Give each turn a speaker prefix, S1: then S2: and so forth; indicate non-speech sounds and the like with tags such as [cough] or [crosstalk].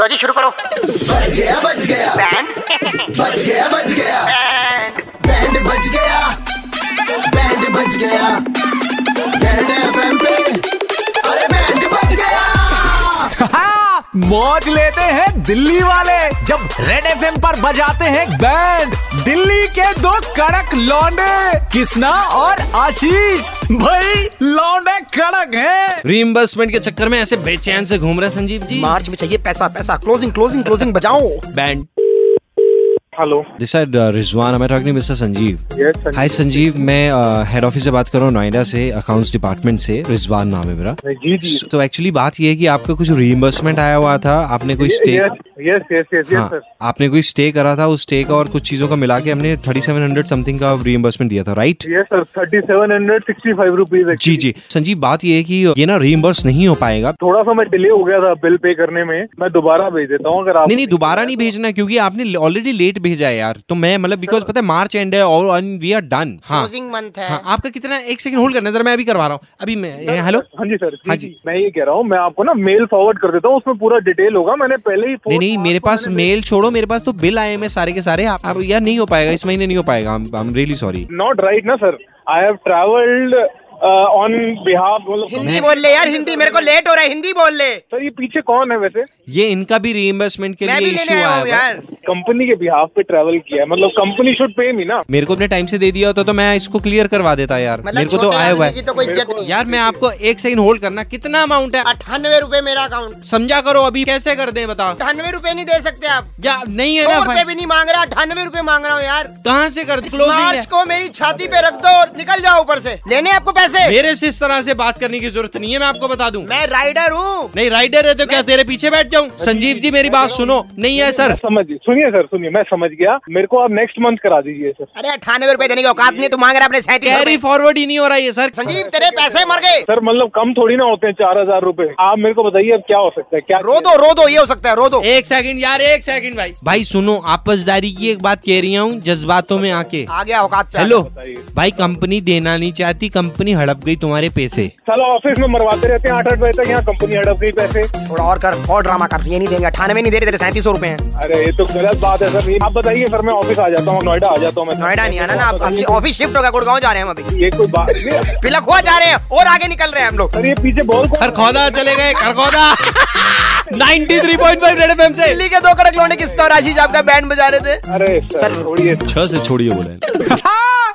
S1: लो जी शुरू करो
S2: बच गया बच गया
S1: बैंड
S2: बच गया बच गया बैंड बच गया बैंड बच गया बैंड एफएम पे अरे बैंड बच गया
S3: हाँ, मौज लेते हैं दिल्ली वाले जब रेड एफ पर बजाते हैं बैंड दिल्ली के दो कड़क लौंडे किसना और आशीष भाई लौंडे कड़क हैं
S4: रीइंबर्समेंट के चक्कर में ऐसे बेचैन से घूम रहे संजीव जी
S1: मार्च में चाहिए पैसा पैसा क्लोजिंग क्लोजिंग क्लोजिंग बजाओ
S4: band
S5: hello
S4: this side Rizwan I talking mister Sanjeev
S5: yes
S4: hi Sanjeev मैं हेड ऑफिस से बात कर रहा हूँ नोएडा से अकाउंट्स डिपार्टमेंट से रिजवान नाम है मेरा
S5: जी जी
S4: तो एक्चुअली बात ये है कि आपका कुछ रीइंबर्समेंट आया हुआ था आपने कोई stay
S5: yes yes yes yes
S4: हाँ,
S5: सर
S4: आपने कोई स्टे करा था उस स्टे का और कुछ चीजों का मिला के हमने थर्टी सेवन हंड्रेड समथिंग का रीइंबर्समेंट दिया था right
S5: yes sir thirty seven hundred sixty five rupees
S4: जी जी संजीव बात ये है कि ये ना रीइंबर्स नहीं हो पाएगा
S5: थोड़ा सा मैं डिले हो गया था बिल पे करने में मैं दोबारा भेज देता हूँ अगर आप
S4: नहीं नहीं दोबारा नहीं भेजना है, क्योंकि आपने ऑलरेडी लेट भेजा है यार तो मैं मतलब बिकॉज पता है मार्च एंड है और वी आर डन हाँ
S1: क्लोजिंग मंथ
S4: हाँ
S1: है
S4: आपका कितना एक सेकंड होल्ड करना है, जरा मैं अभी करवा रहा हूँ अभी मैं ए, हेलो
S5: हाँ जी सर
S4: हाँ
S5: जी,
S4: जी।
S5: जी मैं ये कह रहा हूँ मैं आपको ना मेल फॉरवर्ड कर देता हूँ उसमें पूरा डिटेल होगा मैंने पहले ही
S4: नहीं
S5: फोन-
S4: नहीं मेरे
S5: आपको
S4: पास
S5: मैंने-
S4: मेल छोड़ो मेरे पास तो बिल आए हैं सारे के सारे आप, आप यार नहीं हो पाएगा इस महीने नहीं हो पाएगा I am really sorry
S5: not right ना sir I have travelled on behalf मतलब
S1: हिंदी बोल ले यार हिंदी मेरे को लेट हो रहा है हिंदी बोल ले
S5: सर ये पीछे कौन है वैसे
S4: ये इनका भी रीइंबर्समेंट के
S1: मैं
S4: लिए
S1: भी
S4: इशू
S1: लेने
S4: आया
S1: आया
S4: हुआ
S1: हूँ
S4: है
S1: यार मतलब
S5: कंपनी के बिहाफ पे ट्रैवल किया है मतलब कंपनी शुड पे मी ना
S4: मेरे को अपने टाइम से दे दिया होता तो मैं इसको क्लियर करवा देता यार मेरे
S1: मतलब
S4: को तो
S1: छोटे
S4: आया हुआ
S1: आदमी की
S4: है
S1: तो कोई इज्जत नहीं
S4: यार मैं आपको एक सेकंड होल्ड करना कितना अमाउंट है
S1: अठानवे रुपए मेरा अकाउंट
S4: समझा करो अभी कैसे कर दें बताओ
S1: अठानवे रुपए नहीं दे सकते आप
S4: या नहीं है
S1: अच्छा। सौ
S4: ना तो
S1: रुपए भी नहीं मांग रहा अठानवे रुपए मांग रहा हूँ यार
S4: कहाँ से कर
S1: मार्च
S4: क्लोजिंग
S1: को मेरी छाती पे रख दो और निकल जाओ ऊपर से लेने आपको पैसे
S4: मेरे से इस तरह से बात करने की जरूरत नहीं है मैं आपको बता दूं
S1: मैं राइडर हूँ
S4: नहीं राइडर है तो क्या तेरे पीछे बैठ जाऊं संजीव जी मेरी बात सुनो नहीं है सर
S5: समझ सुनिए सर सुनिए मैं समझ गया मेरे को आप नेक्स्ट मंथ करा दीजिए सर
S1: अरे अठानवे रुपए देने की औकात नहीं तू मांग रहा अपने
S4: कैरी
S1: सैंतीस
S4: फॉरवर्ड ही नहीं हो रहा है सर
S1: संजीव तेरे पैसे मर गए
S5: सर मतलब कम थोड़ी ना होते हैं चार हजार रूपए आप मेरे को बताइए अब क्या हो सकता है क्या
S1: रो दो रो दो ये हो सकता है रो दो
S4: एक सेकंड यार एक सेकंड भाई भाई सुनो आपसदारी की एक बात कह रही हूँ जज्बातों में आके
S1: आ गया औकात पे आ
S4: हेलो
S1: गया।
S4: भाई कंपनी देना नहीं चाहती कंपनी हड़प गई तुम्हारे पैसे
S5: साला ऑफिस में मरवाते रहते हैं आठ आठ बजे तक यहाँ कंपनी हड़प गई पैसे
S1: थोड़ा और कर और ड्रामा कर ये नहीं देंगे अठानवे नहीं दे रहे तेरे सैंतीस सौ रुपए हैं
S5: अरे ये तो गलत बात है सर ये आप बताइए सर मैं ऑफिस आ जाता हूँ नोएडा आ जाता हूँ मैं तो-
S1: नोएडा नहीं आना ना आप आपसे ऑफिस शिफ्ट होगा गुड़गांव जा रहे हैं हम अभी
S5: ये कोई बात ये-
S1: पिलखवा जा रहे हैं और आगे निकल रहे हैं हम लोग
S5: सर ये पीछे बॉल कौन
S4: खरखौदा चले गए खरखौदा [laughs] 93.5 रेड एफएम से
S1: दिल्ली के दो कड़क लौंडे किस तरह आशीष आपका बैंड बजा रहे थे
S5: अरे सर
S1: सर-
S5: छोड़िए
S4: छह से छोड़िए बोले
S3: हाँ,